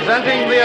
the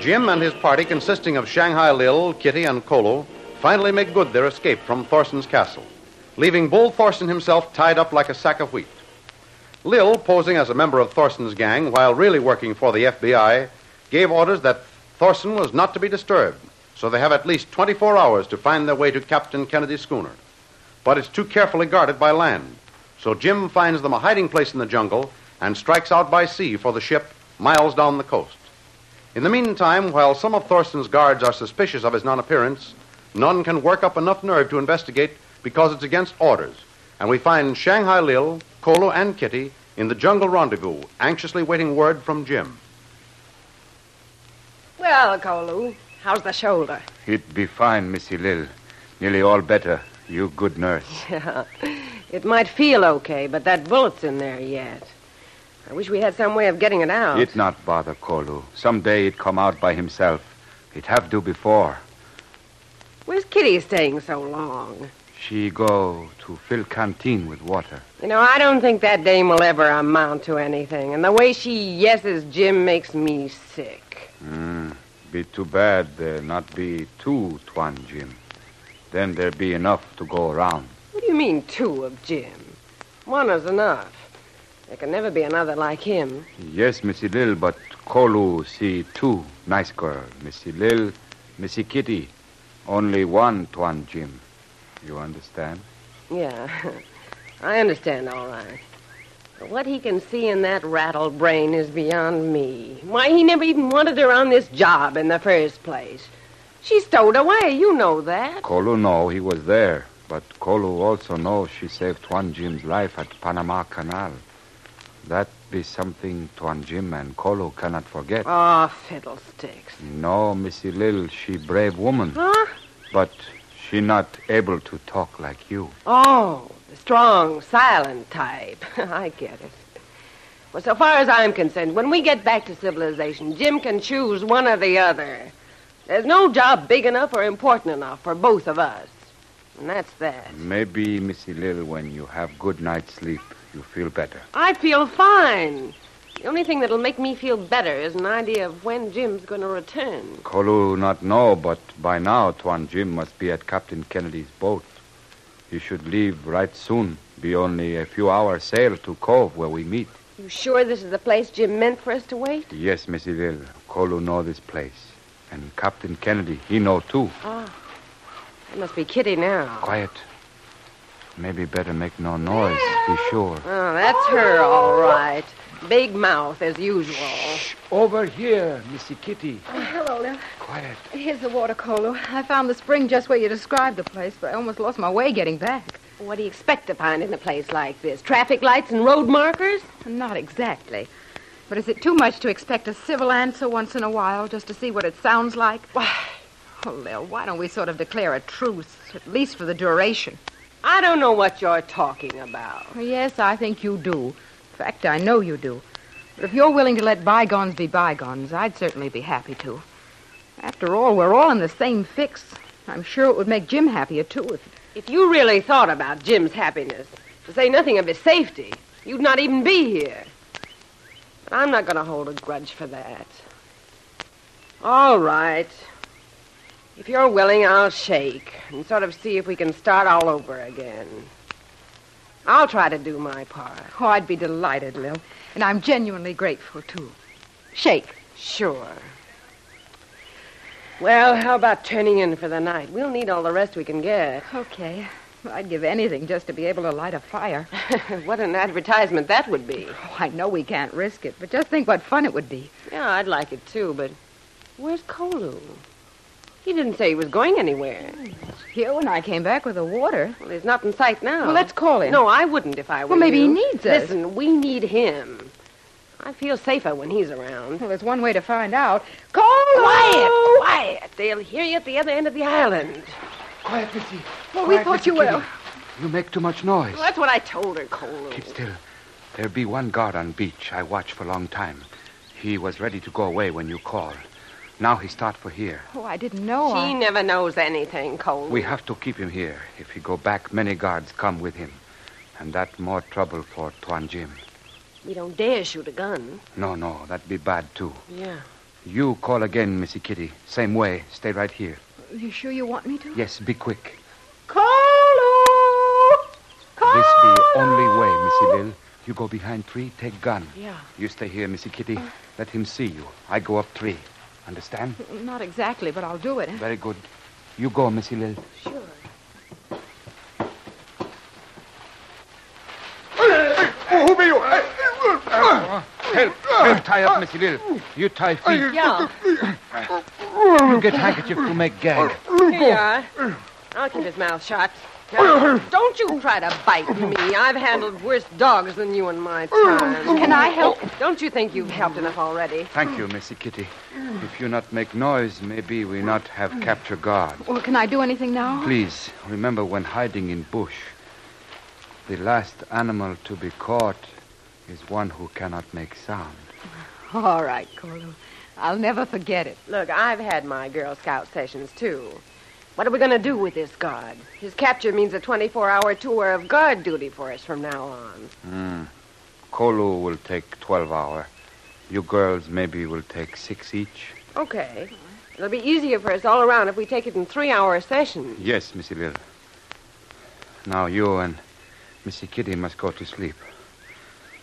Jim and his party, consisting of Shanghai Lil, Kitty, and Kolo, finally make good their escape from Thorson's castle, leaving Bull Thorson himself tied up like a sack of wheat. Lil, posing as a member of Thorson's gang while really working for the FBI, gave orders that Thorson was not to be disturbed, so they have at least 24 hours to find their way to Captain Kennedy's schooner. But it's too carefully guarded by land, so Jim finds them a hiding place in the jungle and strikes out by sea for the ship miles down the coast. In the meantime, while some of Thorson's guards are suspicious of his non appearance, none can work up enough nerve to investigate because it's against orders. And we find Shanghai Lil, Kolo, and Kitty in the jungle rendezvous, anxiously waiting word from Jim. Well, Kolu, how's the shoulder? It be fine, Missy Lil. Nearly all better. You good nurse. it might feel okay, but that bullet's in there yet. I wish we had some way of getting it out. It not bother Kolu. Some day it come out by himself. It have do before. Where's Kitty staying so long? She go to fill canteen with water. You know, I don't think that dame will ever amount to anything, and the way she yeses Jim makes me sick. Mm, be too bad there not be two Tuan Jim. Then there be enough to go around. What do you mean, two of Jim? One is enough. There can never be another like him. Yes, Missy Lil, but Kolu see two nice girl. Missy Lil, Missy Kitty. Only one Tuan Jim. You understand? Yeah, I understand all right. But what he can see in that rattled brain is beyond me. Why, he never even wanted her on this job in the first place. She stowed away, you know that. Kolu know he was there, but Kolu also know she saved Tuan Jim's life at Panama Canal. That be something Tuan Jim and Kolu cannot forget. Oh, fiddlesticks. No, Missy Lil, she brave woman, Huh? but she not able to talk like you. Oh, the strong, silent type. I get it. Well, so far as I'm concerned, when we get back to civilization, Jim can choose one or the other. There's no job big enough or important enough for both of us. And that's that. Maybe, Missy Lil, when you have good night's sleep, you feel better. I feel fine. The only thing that'll make me feel better is an idea of when Jim's going to return. Kolu not know, but by now Tuan Jim must be at Captain Kennedy's boat. He should leave right soon. Be only a few hours sail to Cove where we meet. You sure this is the place Jim meant for us to wait? Yes, Missy Lil. Kolu know this place. And Captain Kennedy, he know too. It must be Kitty now. Quiet. Maybe better make no noise, be sure. Oh, that's her, all right. Big mouth, as usual. Over here, Missy Kitty. Oh, Hello, Lil. Quiet. Here's the water, Kolo. I found the spring just where you described the place, but I almost lost my way getting back. What do you expect to find in a place like this? Traffic lights and road markers? Not exactly. But is it too much to expect a civil answer once in a while just to see what it sounds like? Why? Oh, Lil, why don't we sort of declare a truce, at least for the duration? I don't know what you're talking about. Yes, I think you do. In fact, I know you do. But if you're willing to let bygones be bygones, I'd certainly be happy to. After all, we're all in the same fix. I'm sure it would make Jim happier, too, if If you really thought about Jim's happiness, to say nothing of his safety, you'd not even be here. But I'm not going to hold a grudge for that. All right. If you're willing, I'll shake and sort of see if we can start all over again. I'll try to do my part. Oh, I'd be delighted, Lil. And I'm genuinely grateful, too. Shake. Sure. Well, how about turning in for the night? We'll need all the rest we can get. Okay. I'd give anything just to be able to light a fire. what an advertisement that would be. Oh, I know we can't risk it, but just think what fun it would be. Yeah, I'd like it too, but where's Kolu? He didn't say he was going anywhere. Here when I came back with the water. Well, he's not in sight now. Well, let's call him. No, I wouldn't if I were Well, maybe he you. needs us. Listen, we need him. I feel safer when he's around. Well, there's one way to find out. Call Quiet, quiet. They'll hear you at the other end of the island. Quiet, Missy. Well, we Quiet, thought Missy you were. Kitty. You make too much noise. Well, that's what I told her, Colo. Keep still. There be one guard on beach. I watch for long time. He was ready to go away when you call. Now he start for here. Oh, I didn't know. She I... never knows anything, Colo. We have to keep him here. If he go back, many guards come with him. And that more trouble for Tuan Jim. We don't dare shoot a gun. No, no, that be bad, too. Yeah. You call again, Missy Kitty. Same way. Stay right here. You sure you want me to? Yes, be quick. Colo! This be only way, Missy Lil. You go behind tree, take gun. Yeah. You stay here, Missy Kitty. Let him see you. I go up tree. Understand? Not exactly, but I'll do it. Very good. You go, Missy Lil. Sure. Who be you? Help! Help tie up, Missy Lil. You tie feet. Yeah. You get handkerchief to make gag. Here you are. I'll keep his mouth shut. Now, don't you try to bite me. I've handled worse dogs than you in my time. Can I help? Don't you think you've helped enough already? Thank you, Missy Kitty. If you not make noise, maybe we not have capture guard. Well, can I do anything now? Please, remember when hiding in bush, the last animal to be caught is one who cannot make sound. All right, Colo. I'll never forget it. Look, I've had my Girl Scout sessions, too. What are we going to do with this guard? His capture means a 24 hour tour of guard duty for us from now on. Kolu will take 12 hour. You girls maybe will take six each. Okay. It'll be easier for us all around if we take it in three hour sessions. Yes, Missy Lil. Now you and Missy Kitty must go to sleep.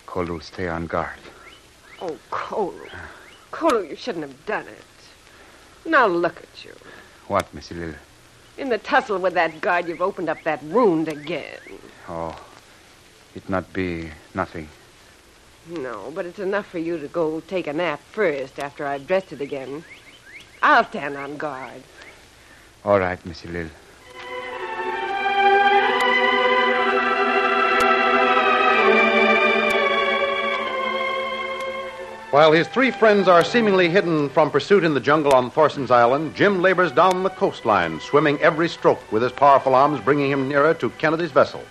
Kolu stay on guard. Oh, Colo. Colo, you shouldn't have done it. Now look at you. What, Missy Lil? In the tussle with that guard, you've opened up that wound again. Oh, it not be nothing. No, but it's enough for you to go take a nap first after I've dressed it again. I'll stand on guard. All right, Missy Lil. While his three friends are seemingly hidden from pursuit in the jungle on Thorson's Island, Jim labors down the coastline, swimming every stroke with his powerful arms bringing him nearer to Kennedy's vessel.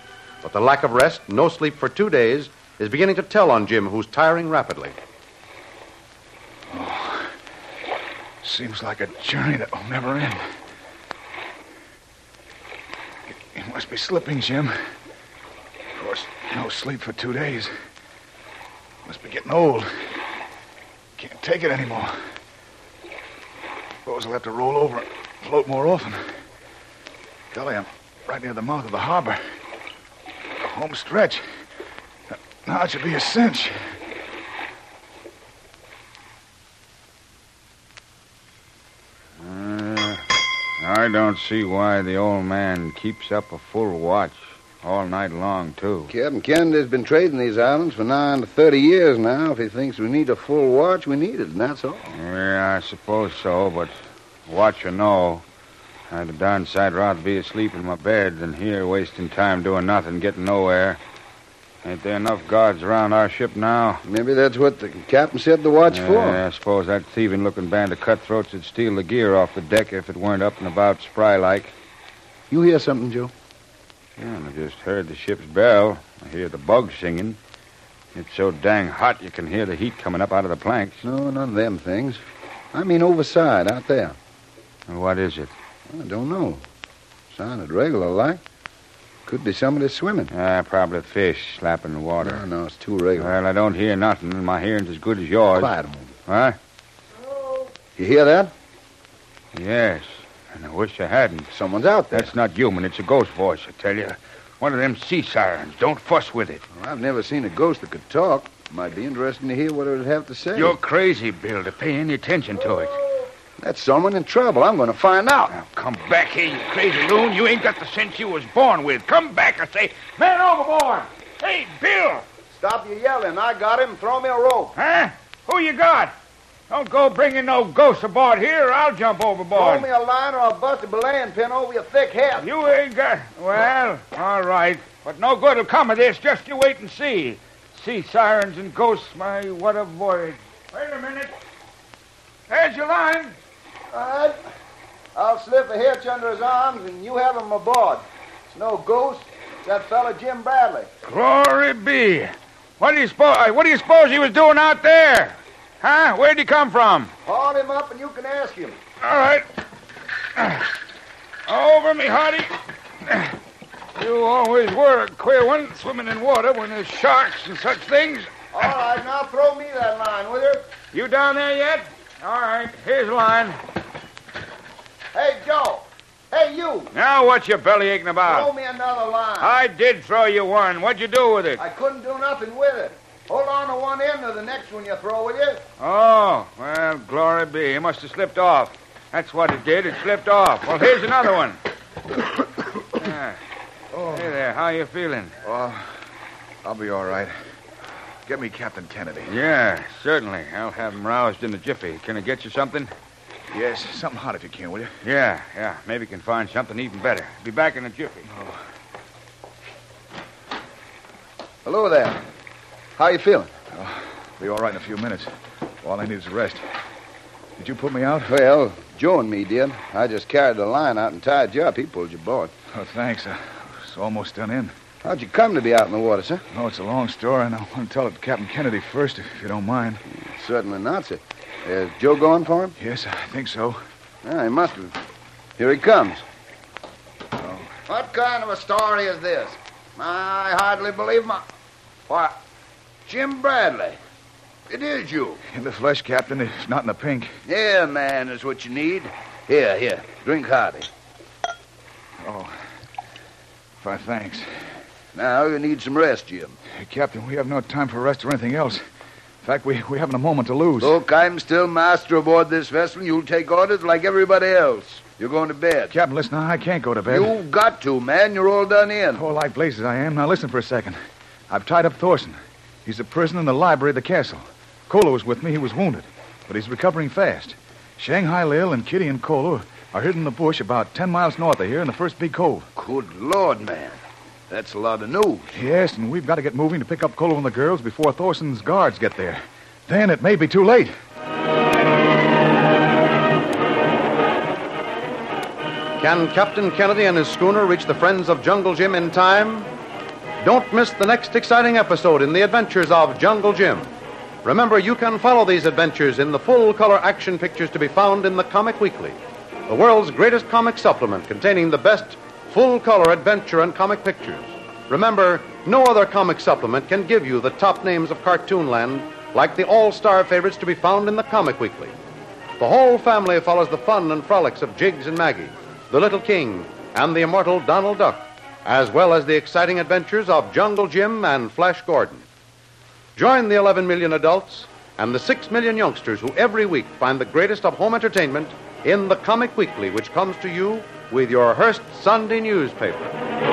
But the lack of rest, no sleep for two days, is beginning to tell on Jim, who's tiring rapidly. Seems like a journey that will never end. You must be slipping, Jim. Of course, no sleep for two days. Must be getting old. Can't take it anymore. Suppose I'll have to roll over and float more often. Golly, I'm right near the mouth of the harbor. The home stretch. Now it should be a cinch. I don't see why the old man keeps up a full watch all night long, too. Captain Kennedy's been trading these islands for nine to thirty years now. If he thinks we need a full watch, we need it, and that's all. Yeah, I suppose so, but watch or no, I'd a darn sight rather be asleep in my bed than here wasting time doing nothing, getting nowhere. Ain't there enough guards around our ship now? Maybe that's what the captain set the watch Yeah, I suppose that thieving looking band of cutthroats would steal the gear off the deck if it weren't up and about spry like. for. You hear something, Joe? Yeah, and I just heard the ship's bell. I hear the bugs singing. It's so dang hot you can hear the heat coming up out of the planks. No, none of them things. I mean overside, out there. And What is it? I don't know. Sounded regular like. Could be somebody swimming. Ah, probably fish slapping the No, water. no, it's too regular. Well, I don't hear nothing, and my hearing's as good as yours. Quiet a moment. Huh? You hear that? Yes. And I wish I hadn't. Someone's out there. That's not human. It's a ghost voice, I tell you. One of them sea sirens. Don't fuss with it. Well, I've never seen a ghost that could talk. Might be interesting to hear what it would have to say. You're crazy, Bill, to pay any attention to it. That's someone in trouble. I'm going to find out. Now, come back here, you crazy loon. You ain't got the sense you was born with. Come back, I say. Man overboard! Hey, Bill! Stop your yelling. I got him. Throw me a rope. Huh? Who you got? Don't go bringing no ghosts aboard here, or I'll jump overboard. a line or I'll bust a belaying pin over your thick head. You ain't got. Well, all right. But no good will come of this. Just you wait and see. Sea sirens and ghosts, my, what a voyage. Wait a minute. There's your line. All right. I'll slip a hitch under his arms and you have him aboard. It's no ghost. It's that fella Jim Bradley. Glory be. What do you suppose? What do you suppose he was doing out there? Huh? Where'd he come from? Haul him up and you can ask him. All right. Over me, Hardy. You always were a queer one, swimming in water when there's sharks and such things. All right, now throw me that line, will you? You down there yet? All right, here's a line. Hey, Joe. Hey, you. Now what's your belly aching Throw about? me another line. I did throw you one. What'd you do with it? I couldn't do nothing with it. Hold on to one end of the next one you throw, will you? Oh, well, glory be. It must have slipped off. That's what it did. It slipped off. Well, here's another one. Ah. Oh. Hey there, how you feeling? Oh, I'll be all right. Get me Captain Kennedy. Yeah, certainly. I'll have him roused in a jiffy. Can I get you something? Yes, something hot if you can, will you? Yeah, yeah. Maybe can find something even better. Be back in a jiffy. Hello there. How you feeling? Be all right in a few minutes. All I need is a rest. Did you put me out? Well, Joe and me did. I just carried the line out and tied you up. He pulled you aboard. Oh, thanks. I was almost done in. How'd you come to be out in the water, sir? No, it's a long story, and I want to tell it to Captain Kennedy first, if you don't mind. Certainly not, sir. Uh, Is Joe going for him? Yes, I think so. Ah, he must have. Here he comes. What kind of a story is this? I hardly believe my. Why, Jim Bradley. It is you. In the flesh, Captain, if not in the pink. Yeah, man, is what you need. Here, here. Drink hearty. Fine, thanks. Now you need some rest, Jim. Hey, Captain, we have no time for rest or anything else. In fact, we, we haven't a moment to lose. Look, I'm still master aboard this vessel. You'll take orders like everybody else. You're going to bed. Captain, listen, I can't go to bed. You've got to, man. You're all done in. Oh, like blazes I am. Now listen for a second. I've tied up Thorson. He's a prisoner in the library of the castle. Kolo was with me. He was wounded, but he's recovering fast. Shanghai Lil and Kitty and Kolo are hidden in the bush about ten miles north of here in the first big cove. Good Lord, man. That's a lot of news. Yes, and we've got to get moving to pick up Kolo and the girls before Thorson's guards get there. Then it may be too late. Can Captain Kennedy and his schooner reach the friends of Jungle Jim in time? Don't miss the next exciting episode in the adventures of Jungle Jim. Remember, you can follow these adventures in the full color action pictures to be found in the Comic Weekly, the world's greatest comic supplement containing the best full color adventure and comic pictures. Remember, no other comic supplement can give you the top names of Cartoonland like the all star favorites to be found in the Comic Weekly. The whole family follows the fun and frolics of Jiggs and Maggie, the Little King, and the immortal Donald Duck, as well as the exciting adventures of Jungle Jim and Flash Gordon. Join the 11 million adults and the 6 million youngsters who every week find the greatest of home entertainment in the Comic Weekly, which comes to you with your Hearst Sunday newspaper.